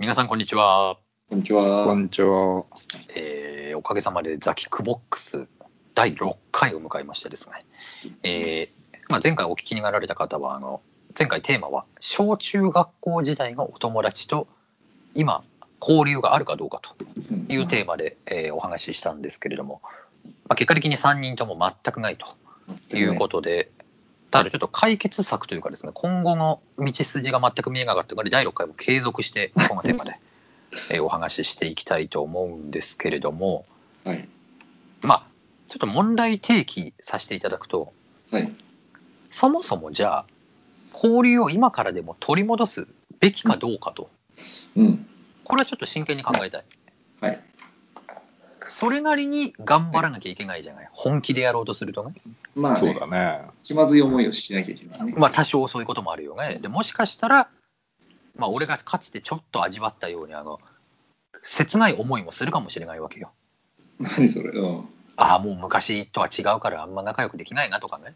皆さん、こんにちは。こんにちは。こんにちは。えーおかげさまでザキックボックス第6回を迎えましてですね、えーまあ、前回お聞きになられた方はあの前回テーマは小中学校時代のお友達と今交流があるかどうかとうんいうテーマで、えーお話ししたんですけれども、まあ、結果的に3人とも全くないということで、ただちょっと解決策というかですね今後の道筋が全く見えなかったので第6回も継続 してこのテーマで、えーお話ししていきたいと思うんですけれども、はい。まあ、ちょっと問題提起させていただくと、はい。そもそもじゃあ、交流を今からでも取り戻すべきかどうかと、うん。これはちょっと真剣に考えたい。はい。それなりに頑張らなきゃいけないじゃない、本気でやろうとするとね。まあ、そうねだね。気まずい思いをしなきゃいけないね。まあ、多少そういうこともあるよね。でもしかしたら、まあ、俺がかつてちょっと味わったように、あの、切ない思いもするかもしれないわけよ。何それ。うん。ああ、もう昔とは違うからあんま仲良くできないなとかね。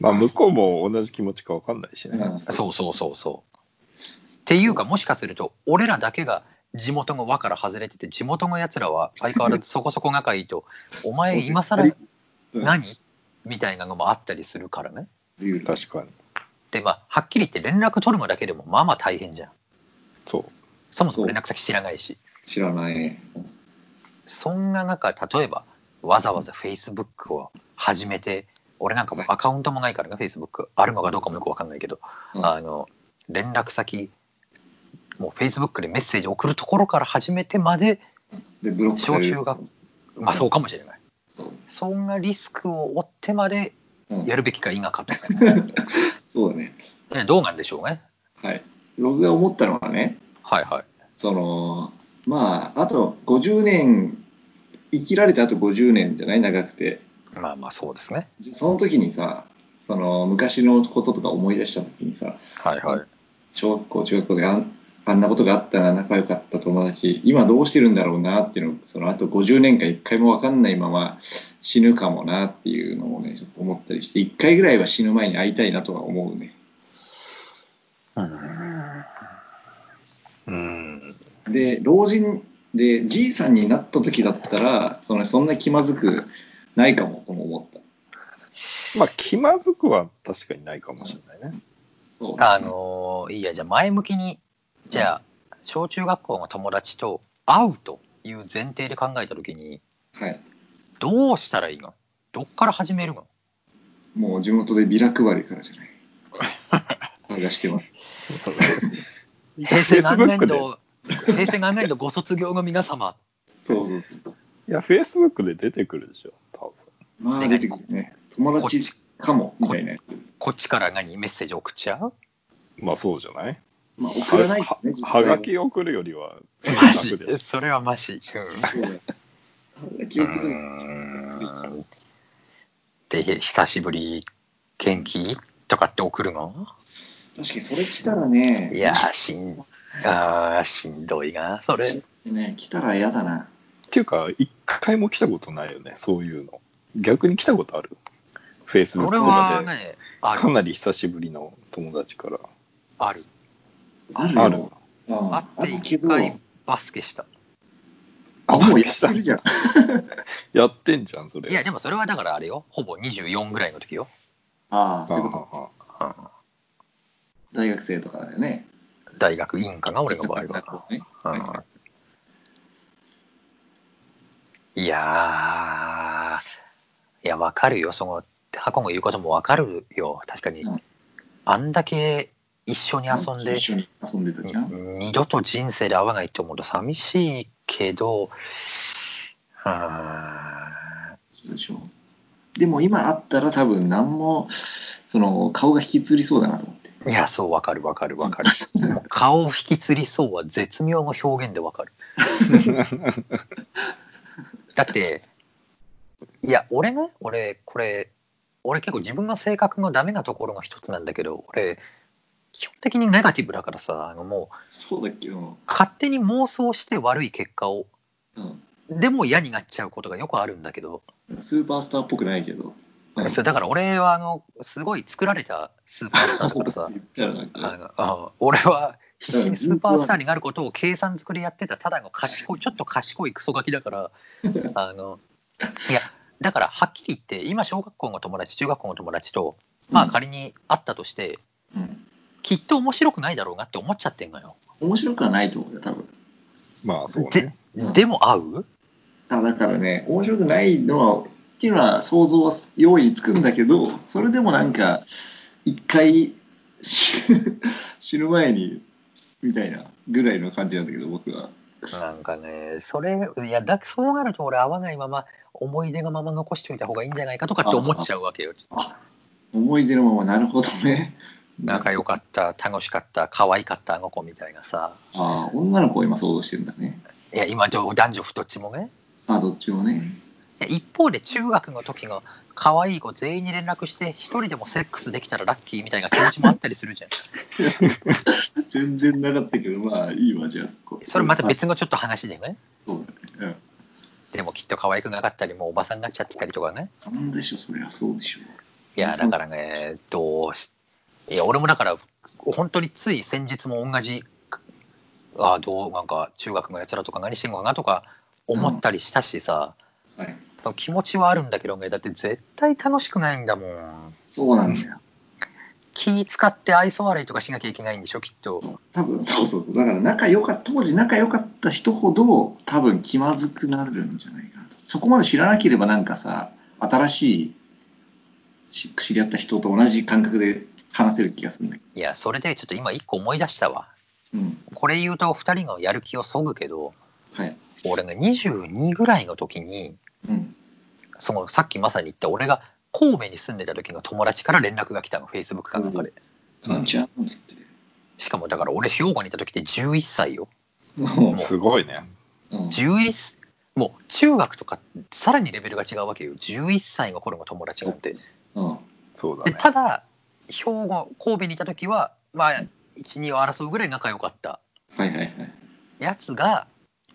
まあ、向こうも同じ気持ちか分かんないしうね。んそうそうそうそう。っていうかもしかすると俺らだけが地元の輪から外れてて地元のやつらは相変わらずそこそこ仲いい と「お前今更うん何?」みたいなのもあったりするからね。理由だ確かに。でまあはっきり言って連絡取るのだけでもまあまあ大変じゃん。そう。そもそも連絡先知らないし。知らないね。そんな中例えばわざわざ Facebook を始めて俺なんかもうアカウントもないからね Facebook あるのかどうかもよくわかんないけど、うんあの連絡先もう Facebook でメッセージ送るところから始めてまでで、ブロックさ小れる中学まあそうかもしれないそう。そんなリスクを負ってまでうんやるべきか否かと、 そうだね。ねどうなんでしょうねはい。僕が思ったのはね、はいはいその、まあ、あと50年、生きられてあと50年じゃない長くて。まあまあそうですねその時にさ、その昔のこととか思い出した時にさ、はいはい小学校、中学校であんあんなことがあったな、仲良かった友達、今どうしてるんだろうなっていうのを、そのあと50年間一回も分かんないまま死ぬかもなっていうのをね、ちょっと思ったりして、一回ぐらいは死ぬ前に会いたいなとは思うね。うんうんで、老人で、じいさんになった時だったら、そのそんな気まずくないかもとも思った。まあ、気まずくは確かにないかもしれないね。そう。あのーいいや、じゃあ前向きに、じゃあ、小中学校の友達と会うという前提で考えたときに、はい。どうしたらいいのどっから始める のもう地元でビラ配りからじ ゃない。探してます。そう 平成何年 Facebook で度、平成何年度ご卒業の皆様、そうそうそう。いや、Facebook で出てくるでしょ、多まであ出てくるね。友達かもみたいなやつ。こっちから何メッセージ送っちゃう分。まあ、そうじゃないまあ送らないはね、実は際がき送るよりはマジ楽でしょ。 それはマジ。うんそうだよはがきう送るのーんで、久しぶり、元気とかって送るの確かにそれ来たらね、いやー、しん、あーしんどいな、それ。ね来たら嫌だな。っていうか、一回も来たことないよね、そういうの。逆に来たことある ?Facebook これとはかで、ね、あかる。なり久しぶりの友達から。ある。あるよ。ある。うんあってるけ一ど、回バスケした。あ、ももううややってるじゃん。やってんじゃん、それ。いや、でもそれはだからあれよ。ほぼ24ぐらいの時よ。ああ、あそういうこと。あ大学生とかだよね。大学院かな、俺の場合は。ねうんいやー、いや、わかるよ。その、箱の言うこともわかるよ。確かにうん。あんだけ一緒に遊んで一、緒に遊んでたじゃん。二度と人生で会わないと思うと寂しいけど、うーんそうでしょ。でも今あったら多分何も、その顔が引きつりそうだなと思って。いや、そう、わかるわかるわかる。 もう顔を引きつりそうは絶妙の表現でわかる。 だって、いや、俺ね、俺、これ、俺結構自分の性格のダメなところが一つなんだけど、俺、基本的にネガティブだからさ、あのもう、そうだっけど、勝手に妄想して悪い結果を、うん。でも嫌になっちゃうことがよくあるんだけど、スーパースターっぽくないけど。うんそうだから俺 は、あの、すごい作られたスーパースターだからさ、言ったらなんかあのあ俺は必死にスーパースターになることを計算作りやってたただの賢いちょっと賢いクソガキだからあのいやだからはっきり言って今小学校の友達中学校の友達とまあ仮に会ったとして、うん、きっと面白くないだろうなって思っちゃってんのよ。面白くはないと思うよ、多分。まあそうでね。うんでも会うあだからね、面白くないのは、っていうのは想像は用意つくんだけど、それでもなんか、一回 死ぬ死ぬ前に、みたいなぐらいの感じなんだけど、僕は。なんかね、それ、いや、だそうなると俺、会わないまま、思い出のまま残しておいた方がいいんじゃないかとかって思っちゃうわけよ。あ思い出のまま、なるほどね。仲良く。かった、楽しかった、可愛かった、あの子みたいなさ。ああ、女の子を今想像してるんだね。いや、今、どう男女どっちもね。あどっちもね。いや一方で、中学の時の可愛い子全員に連絡して、一人でもセックスできたらラッキーみたいな気持ちもあったりするじゃん。全然なかったけど、まあいいわ、じゃあ。こそれまた別のちょっと話でね。そうだね。でもきっと可愛くなかったり、もうおばさんになっちゃってたりとかね。うん。なんでしょう、そりゃそうでしょう。いや、だからね、どうし、いや、俺もだから、本当につい先日も同じ、ああ、どう、なんか、中学のやつらとか何してんのかなとか思ったりしたしさ、はい、その気持ちはあるんだけどね、だって絶対楽しくないんだもん。そうなんだよ。気使って愛想笑いとかしなきゃいけないんでしょ、きっと。多分そうそうだから仲良かった当時仲良かった人ほど多分気まずくなるんじゃないかなとそこまで知らなければなんかさ新しいし知り合った人と同じ感覚で話せる気がするんだけいや、それでちょっと今一個思い出したわ。どうんこれ言うと二人のやる気をそぐけど、はい俺ね、22ぐらいの時に、うんそのさっきまさに言った俺が神戸に住んでた時の友達から連絡が来たの、Facebook かなんかで。なんちゃんっつってしかもだから俺兵庫にいた時って11歳よ。ももすごいね。う、うん、 11もう中学とかさらにレベルが違うわけよ。11歳の頃の友達なんて。うんそうだでね。ただ兵庫神戸にいた時はまあ12を争うぐらい仲良かったはいはいはいやつが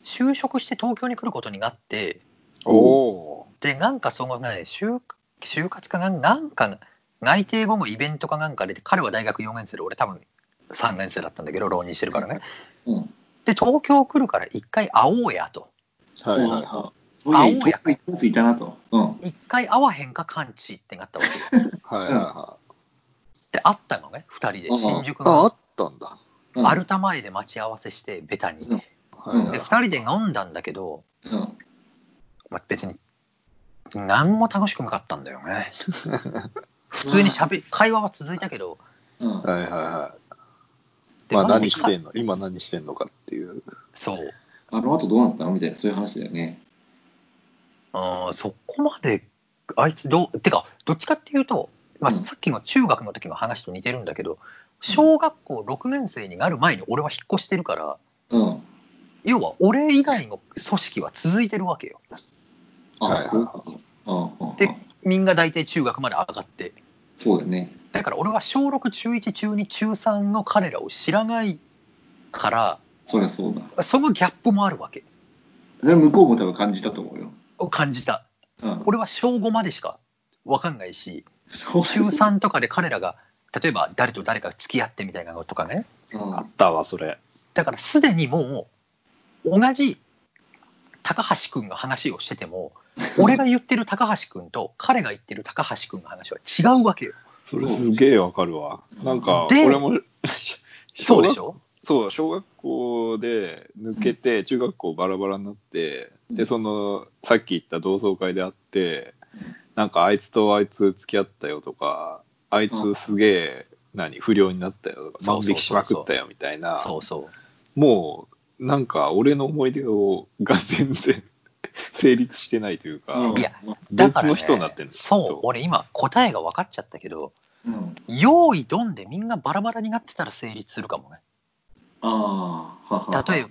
就職して東京に来ることになっておおでなんかそのね就就活かなんなんか内定後もイベントかなんかで彼は大学4年生で俺多分3年生だったんだけど浪人してるからね。うんで東京来るから一回会おうやと。ー。はいはいはそうい青うや遠く行ったやついたなとうん一回会わへんか完治ってなったわけよい。はいはいはい。で会ったのね2人でああ新宿あ、あのったんだ。うんアルタ前で待ち合わせしてベタにうんではいはい2人で飲んだんだけど、うんまあ、別に何も楽しくなかったんだよ ね普通にしゃべ会話は続いたけどうんはいはいはでい。まマあジ何でしてんの今何してんのかっていう。そうあの後どうなったのみたいなそういう話だよねうんそこまであいつどうてかどっちかっていうと、まあ、うんさっきの中学の時の話と似てるんだけど小学校6年生になる前に俺は引っ越してるからうん要は俺以外の組織は続いてるわけよあ、はいはいはいそういうことうんうんうんでみんな大体中学まで上がってそうだよねだから俺は小6中1中2中3の彼らを知らないかそりゃそうだらそのギャップもあるわけそれは向こうも多分感じたと思うよ。を感じたうん、俺は小5までしか分かんないし中中3とかで彼らが例えば誰と誰か付き合ってみたいなのとかねあったわ、それ。だからすでにもう同じ高橋君が話をしてても俺が言ってる高橋君と彼が言ってる高橋君の話は違うわけよそれすげえわかるわ。なんか、で俺も、 そうでしょょそう、小学校で抜けて、中学校バラバラになって、で、その、さっき言った同窓会であって、なんか、あいつとあいつ付き合ったよとか、あいつすげえ、何、不良になったよとか、そ万うそうそうそう引きしまくったよみたいな、そうそうもう、なんか、俺の思い出をが全然 成立してないというか、うんいや、別の人になってんのそうそう俺今答えが分かっちゃったけどうん、用意どんでみんなバラバラになってたら成立するかもねああ、ははは例え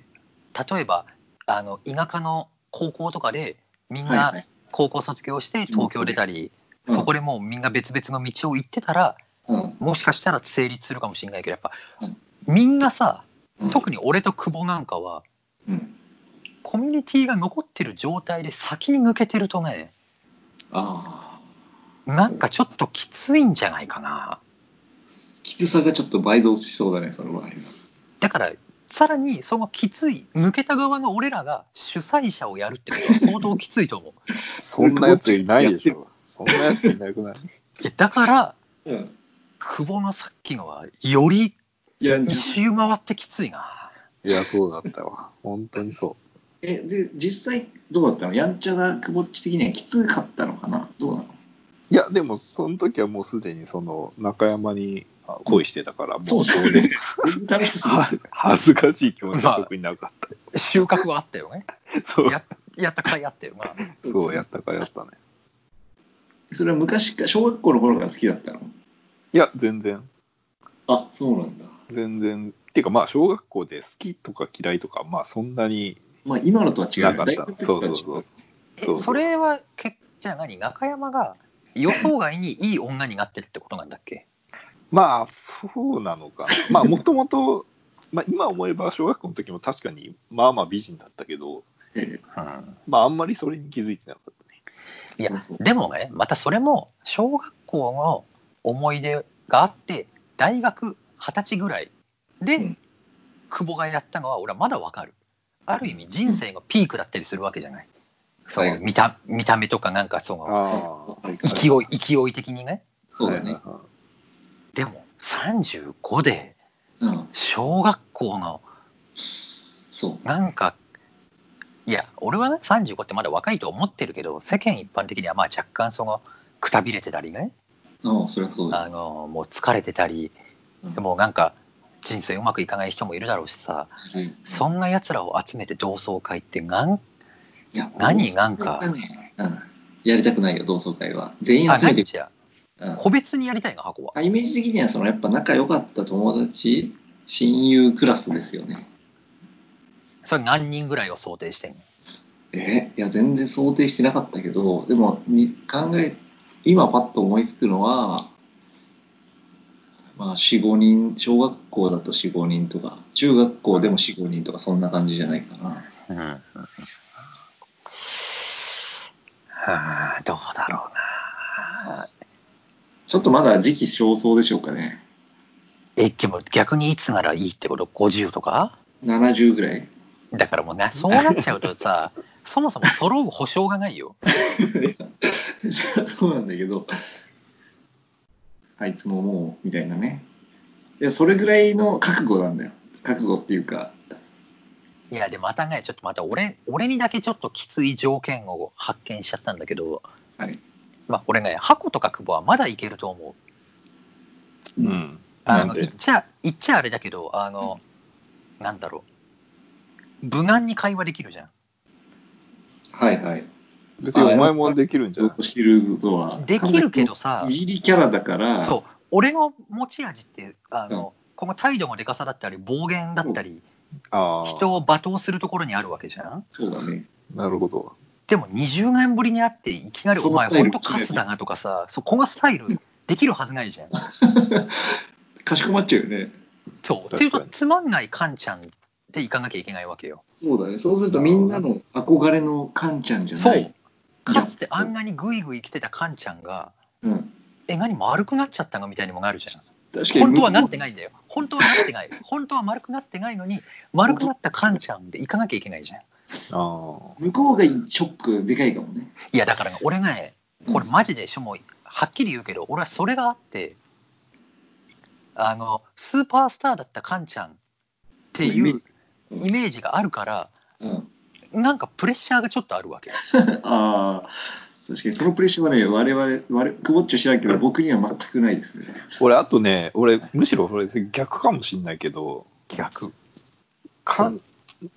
例えばあの田舎の高校とかでみんはいはない高校卒業して東京出たり、うんそこでもうみんな別々の道を行ってたらうんもしかしたら成立するかもしれないけどやっぱうんみんなさうん特に俺と久保なんかはうん、コミュニティが残ってる状態で先に抜けてるとねああ、なんかちょっときついんじゃないかな。きつさがちょっと倍増しそうだね、その場合は。だから、さらにそのきつい、抜けた側の俺らが主催者をやるってことは相当きついと思 う。そんなやついないでしょ。そんなやついなくないいやだから、うん久保のさっきのは、よりいや、一周回ってきついな。いや、そうだったわ。本当にそえ、で、実際どうだったのやんちゃなくぼっち的にはきつかったのかなどうなのう。いや、でも、その時はもうすでに、その、中山に恋してたから、もそうそうね。楽しそうは恥ずかしい気持ちは特になかっ収穫はあったよね。た。そう、ややったかいあったよな。そうやったかやったね。 それは昔か、小学校の頃から好きだったのいや、全然、あ、そうなんだ。全然。っていうか、まあ、小学校で好きとか嫌いとか、まあ、そんなにまあ、今のとは違うなよ。かっ大た。学そうとそうはそう。えそうそれはけじゃあ何中山が予想外にいい女になってるってことなんだっけまあ、そうな のかな。まあ、もともと、まあ、今思えば、小学校の時も確かに、まあまあ美人だったけど、えうんまあ、あんまりそれに気づいてなかったね。いやそうそうでもねまたそれも小学校の思い出があって大学二十歳ぐらいで、うん久保がやったのは俺はまだわかるある意味人生のピークだったりするわけじゃない、そはのい見た見た目とかなんかそのあはいはい勢い勢い的にねそうだね。でも35でうん、小学校のそう。なんか、いや、俺はね、35ってまだ若いと思ってるけど、世間一般的にはまあ若干その、くたびれてたりね、うん、それはそうだ。あの、もう疲れてたり、うんもうなんか、人生うまくいかない人もいるだろうしさ、うんそんな奴らを集めて同窓会ってなん、いや何なんか同窓会はねうんやりたくないよ、同窓会は。全員あ、集め何て、じゃうん個別にやりたいの、箱は。イメージ的にはそのやっぱ仲良かった友達、親友クラスですよね。それ何人ぐらいを想定してんのえいや、全然想定してなかったけど、でもに考え、今パッと思いつくのは、まあ、4、5人、小学校だと4、5人とか、中学校でも4、5人とか、そんな感じじゃないかな。うん。はあ、どうだろうな。ちょっとまだ時期尚早でしょうかね。え、でも逆にいつならいいってこと ?50 とか70ぐらい。 だからもうな、そうなっちゃうとさ、 そもそも揃う保証がないよ。そうなんだけど、あいつももう、みたいなね。いや、それぐらいの覚悟なんだよ。覚悟っていうか、いや、で、またね、ちょっとまた俺、俺にだけちょっときつい条件を発見しちゃったんだけど、はい。まあ、俺ね、箱とか久保はまだいけると思う。う。ん。あなの、んで言っちゃ、言っちゃあれだけど、あの、なんだろう。無難に会話できるじゃはいはい。別にお前もできるんずじゃっないとしてることは。ん。できるけどさい、じりキャラだから、そう、俺の持ち味って、あの、この態度のでかさだったり、暴言だったり、ああ。人を罵倒するところにあるわけじゃん。そうだね。なるほど。でも20年ぶりに会っていきなり「そおの前スタイほルんとカスだな」とかさそうこのスタイルできるはずないじゃん。かしこまっちゃうよね。そうってい確うかとにつまんないカンちゃんでいかなきゃいけないわけよ。そうだね。そうするとみんなの憧れのカンちゃんじゃそなうい。かつてあんなにグイグイ来てたカンちゃんがう。ん。 「え何丸くなっちゃったの?」みたいにもなるじゃん。確かに。本当はなってないんだよ。本当はなってない。本当は丸くなってないのに丸くなったカンちゃんでいかなきゃいけないじゃん。あ向こうがショックでかいかもね。いやだからね俺がねこれマジでしょもうはっきり言うけど俺はそれがあってあのスーパースターだったカンちゃんっていうイメージがあるからうん。なんかプレッシャーがちょっとあるわけああ、確かにそのプレッシャーはね、我々、我々くぼっちょしないけど、僕には全くないですね。あ。俺、あとね、俺、むしろそれ逆かもしんないけど、逆かん、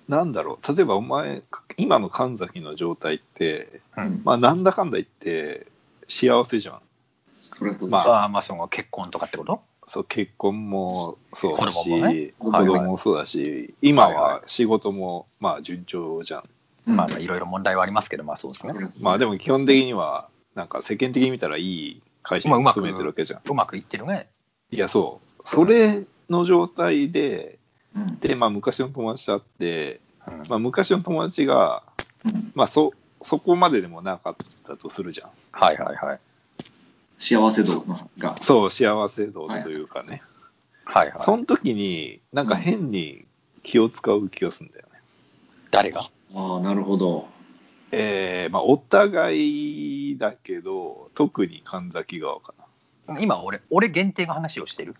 なんだろう。例えばお前、今の神崎の状態って、うんまあ、なんだかんだ言って、幸せじゃん。それはそうですまああまあその結婚とかってことそう結婚もそう子だし供もね子はいはい供もそうだし、今はいは仕事もまあ順調じゃん、まあまあいろいろ問題はありますけどまあそうですねまあでも基本的にはなんか世間的に見たらいい会社まあうにまく勤めてるわけじゃん、うまくいってるねいやそうそれの状態でうんで、まあ、昔の友達と会って、うんまあ、昔の友達が、うんまあ、そそこまででもなかったとするじゃんはいはいはい幸せ度のが。そう幸せ度というかね、はいはそい。の時に、なんか変に気を使う気がするんだよね。誰がああ、なるほど。えー、まあ、お互いだけど、特に神崎側かな。今俺、俺限定の話をしてる。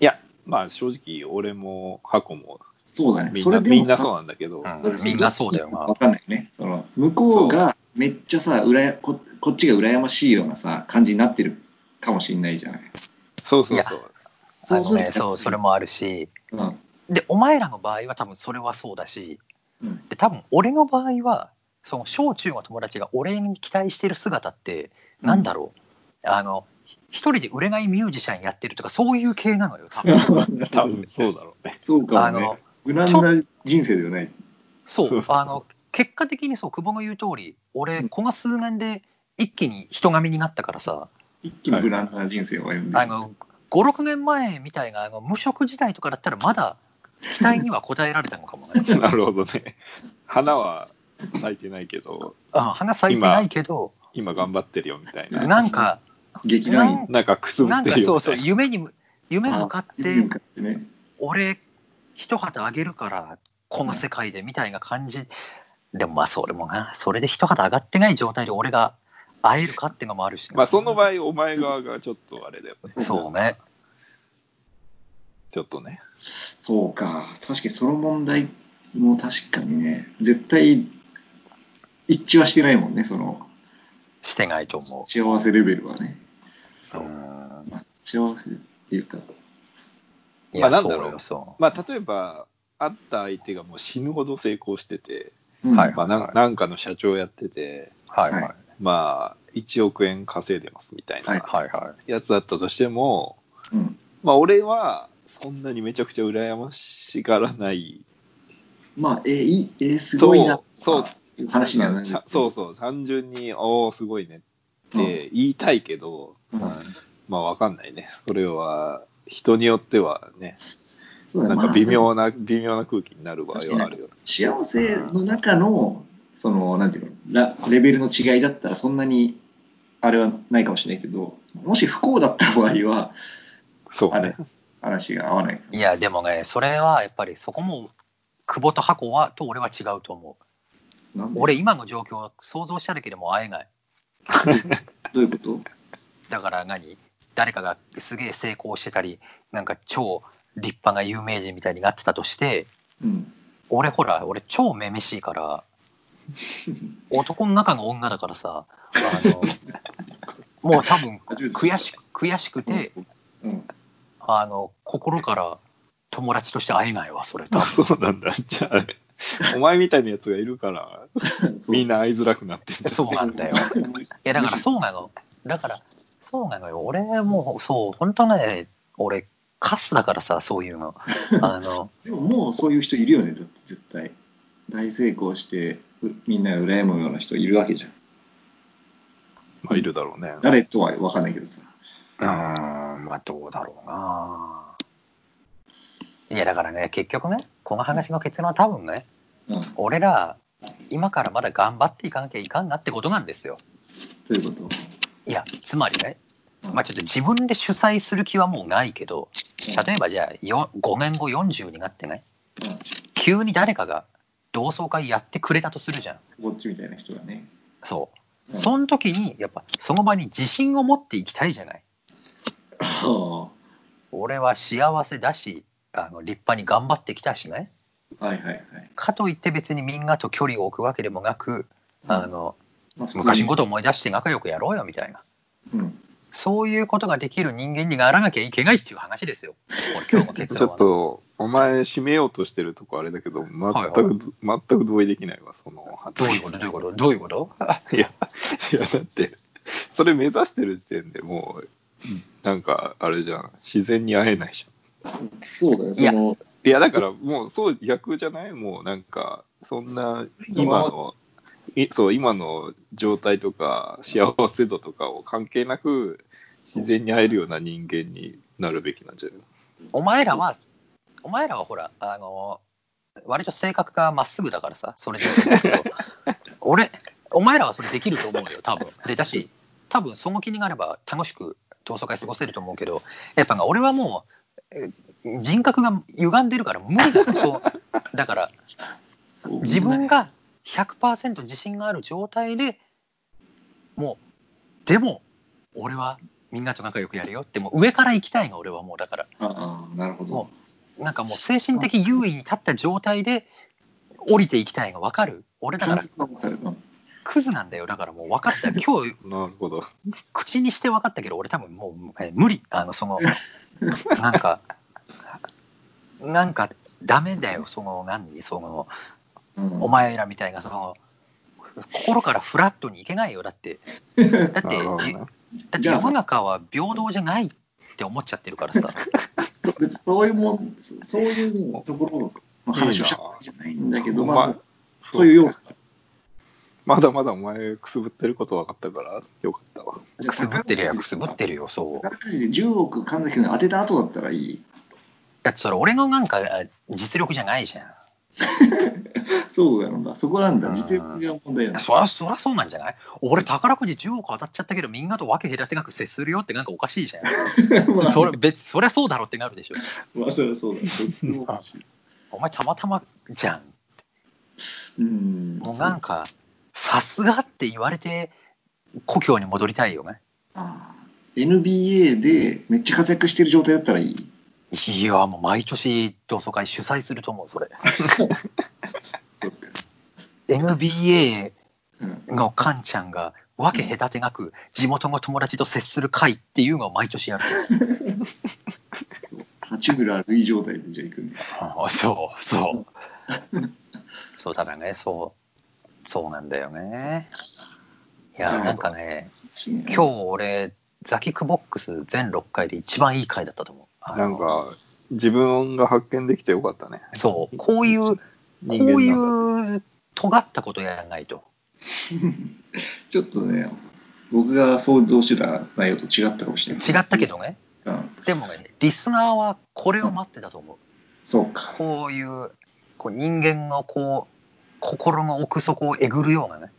いや、まあ正直、俺も箱もそうだね。みそんな、れでもみんなさそうなんだけど、うんそれみんなそうだよなわかんないね。その向こうがめっちゃさ、うらやここっちが羨ましいようなさ、感じになってるかもしれないじゃない。そうそうそう。あそうのするね、とそう、それもあるし。うん。で、お前らの場合は多分それはそうだし、うんで多分俺の場合は、その小中の友達が俺に期待してる姿って、なん だろう、あの、一人で売れないミュージシャンやってるとか、そういう系なのよ、 多分。多分そうだろうね。 そうかあもねの。、無難な人生だよね。そそうう、そうあの、結果的にそう、久保の言う通り、う俺、んこの数年で一気に人神になったからさ、一気に無難な人生を歩んであの、5、6年前みたいな、あの、無職時代とかだったら、まだ期待には応えられたのかも ね。なるほどね。花は咲いてないけど、うん、花咲いてないけど、今頑張ってるよみたいな。なんか、劇団員なんかくすぶなっんてかるそようみそたう、いな。夢に、夢向かっ夢に向て、かってね。俺、一旗あげるから、この世界でみたいな感じ。でもまあ、それもな、それで一旗上がってない状態で俺が会えるかっていうのもあるしね、まあその場合、お前側がちょっとあれだよね。そうね。ちょっとね。そうか。確かにその問題も確かにね、絶対一致はしてないもんね、そのしてないと思幸せレベルはね。う。そうう。ん。まあ幸せっていうか、いまや、あなんそだうろよ、うそまあ例えば、会った相手がもう死ぬほど成功してて、うんはいまあなんなんかの社長やってて、う。はいはい。ははいいまあ1億円稼いでますみたいはいなはやつだったとしても、うんまあ俺はそんなにめちゃくちゃ羨ましがらないまあ、えいい、えすとごいな、そういう話にはなる。そうそう単純に「おおすごいね」って言いたいけど、うん。い。うんまあわかんないねそれは人によってはねそうだなねんか微ま妙な微妙な空気になる場合はあるよねあ幸せの中の、その、なんていうの、ラレベルの違いだったら、そんなに、あれはないかもしれないけど、もし不幸だった場合は、そうあれね、話が合わない。いや、でもね、それはやっぱりそこも、久保と箱は、と俺は違うと思う。なんで俺、今の状況は想像しただけでも会えない。どういうことだから何誰かがすげえ成功してたりなんか超立派な有名人みたいになってたとしてうん。俺ほら俺超めめしいから 男の中の女だからさあのもう多分悔し悔しくてうん。あの心から友達として会えないわそれ多 あ 分そうなんだじゃあお前みたいなやつがいる からみんな。な会いづらくなってるんだねそうなんだよいやだからそうなの。だからそうなのよ。俺もうそう、本当ね、俺カスだからさ、そういうの。あの、でももうそういう人いるよね、だって絶対。大成功して、うみんなが羨むような人いるわけじゃん。まあいるだろうね誰とは分かんないけどさ。 うーん、まあどうだろうな。いやだからね、結局ね、この話の結論は多分ね、うん。ど俺ら今からまだ頑張っていかなきゃいかんなってことなんですよ。ういうこといや、つまりね、うんまあちょっと自分で主催する気はもうないけど、例えばじゃあよ5年後40になってね、急に誰かが同窓会やってくれたとするじゃん。こっちみたいな人がね。そうう。んその時に、やっぱその場に自信を持っていきたいじゃない。は俺は幸せだし、あの立派に頑張ってきたしね。あ はいはいはい。かといって別にみんなと距離を置くわけでもなく、あのまあ普通に昔のことを思い出して仲良くやろうよみたいな。うん。そういうことができる人間にならなきゃいけないっていう話ですよ。こ れ今日の結ちょ論っは。と、お前、締めようとしてるとこあれだけど、全く、はいは全く同意できないわ、その発どうい言うことどういうことどういうこといや、いや、だって、それ目指してる時点でもう、なんか、あれじゃん、自然に会えないじそうだね、その、ゃん。いや、だから、もう、そう、逆じゃないもう、なんか、そんな、今の、いそう、今の状態とか、幸せ度とかを関係なく、自然に会えるような人間になるべきなんじゃないお前らは、お前らはほら、あの割と性格がまっすぐだからさ、それでいいんだけ ど、俺、お前らはそれできると思うよ、多分で、だし、多分その気になれば楽しく同窓会過ごせると思うけど、やっぱな俺はもう、人格が歪んでるから無理だよそうだから自分が100%自信がある状態でもうでも俺はみんなと仲良くやるよってもう上から行きたいが俺はもうだからああなるほどもなんかもう精神的優位に立った状態で降りていきたいが分かる俺だからクズなんだよだからもう分かった今日なるほど。口にして分かったけど俺多分もうえ無理あのそのなんかなんかダメだよその何そのおお前らみたいなその心からフラットにいけないよだってだってなるほどねだって世の中は平等じゃないって思っちゃってるからさ そういうもんそそういうところの話をしたわけじゃないんだけどままああそういう要素まだまだお前くすぶってること分かったからよかったわ。くすぶってるやくすぶってるよそう宝くじで10億神崎君に当てた後だったらいいだってそれ俺のなんかあ実力じゃないじゃんそうなんだそこなんだうん実力が問題なんだそりゃそりゃそうなんじゃない俺宝くじ10億当たっちゃったけどみんなと分け隔てなく接するよってなんかおかしいじゃん まあそれ別そりゃそうだろってなるでしょまあそりゃそうだそれも欲しいお前たまたまじゃんうんもうなんかさすがって言われて故郷に戻りたいよねああ NBA でめっちゃ活躍してる状態だったらいいいやもう毎年同窓会主催すると思うそれそうか NBA うんのカンちゃんが分け隔てなく地元の友達と接する会っていうのを毎年 やる八村塁状態でじゃあ行くんだあそうそう そうだからねそうそうなんだよねいやなるほどなんかね今日俺ザキックボックス全6回で一番いい回だったと思うあなのんか自分が発見できてよかったね。そうこういうこう人間なんだいう尖ったことやらないとちょっとね僕が想像してた内容と違ったかもしれない違ったけどねうんでもねリスナーはこれを待ってたと思うそうかこういうこう人間のこう心の奥底をえぐるようなね、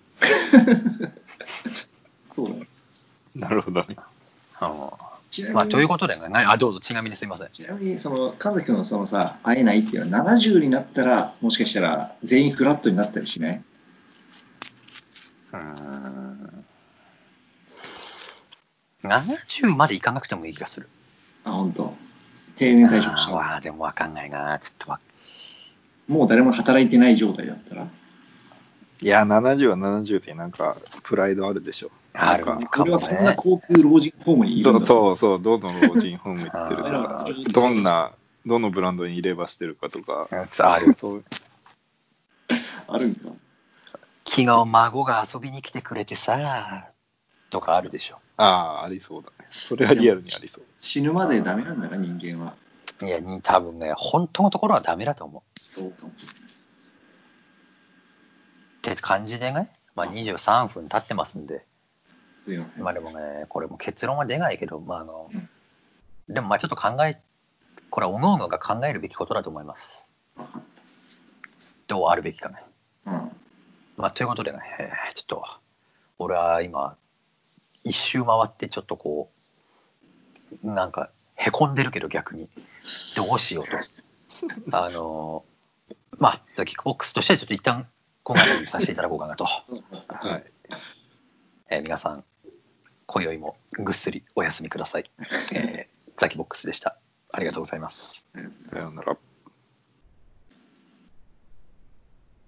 そうだなるほどね。ちなみに、まあ、ということでねなあどうぞちなみにすいませんちなみにその神崎君のそのさ会えないっていうのは70になったらもしかしたら全員フラットになったりしないうん70までいかなくてもいい気がするあ本当定年退職しあーたわあでもわかんないなちょっとわもう誰も働いてない状態だったらいや、70は70ってなんかプライドあるでしょ。あなんるか俺もはこんなね高級老人ホームにいるんどだそうそう、どの老人ホーム行って るとあかー、どんな、どのブランドに入れ歯してるかとか、あるそうあるんか昨日孫が遊びに来てくれてさとかあるでしょああ、ありそうだね。それはリアルにありそう。死ぬまでダメなんだな人間はいやに多分ね本当のところはダメだと思うそうかもしれないって感じでね、まあ、23分経ってますんで、すいませんまあでもね、これも結論は出ないけど、まああのうん、でもまあちょっと考え、これは各々が考えるべきことだと思います。わかっどうあるべきかね。たうんまあということでね、えーちょっと、俺は今、一周回ってちょっとこう、なんか、へこんでるけど逆に、どうしよう と。あの、まあ、ザキックボックスとしてはちょっと一旦、今回にさせていただこうかなと。はい。えー皆さん、今宵もぐっすりお休みください。えーザキボックスでした。ありがとうございます。さようなら。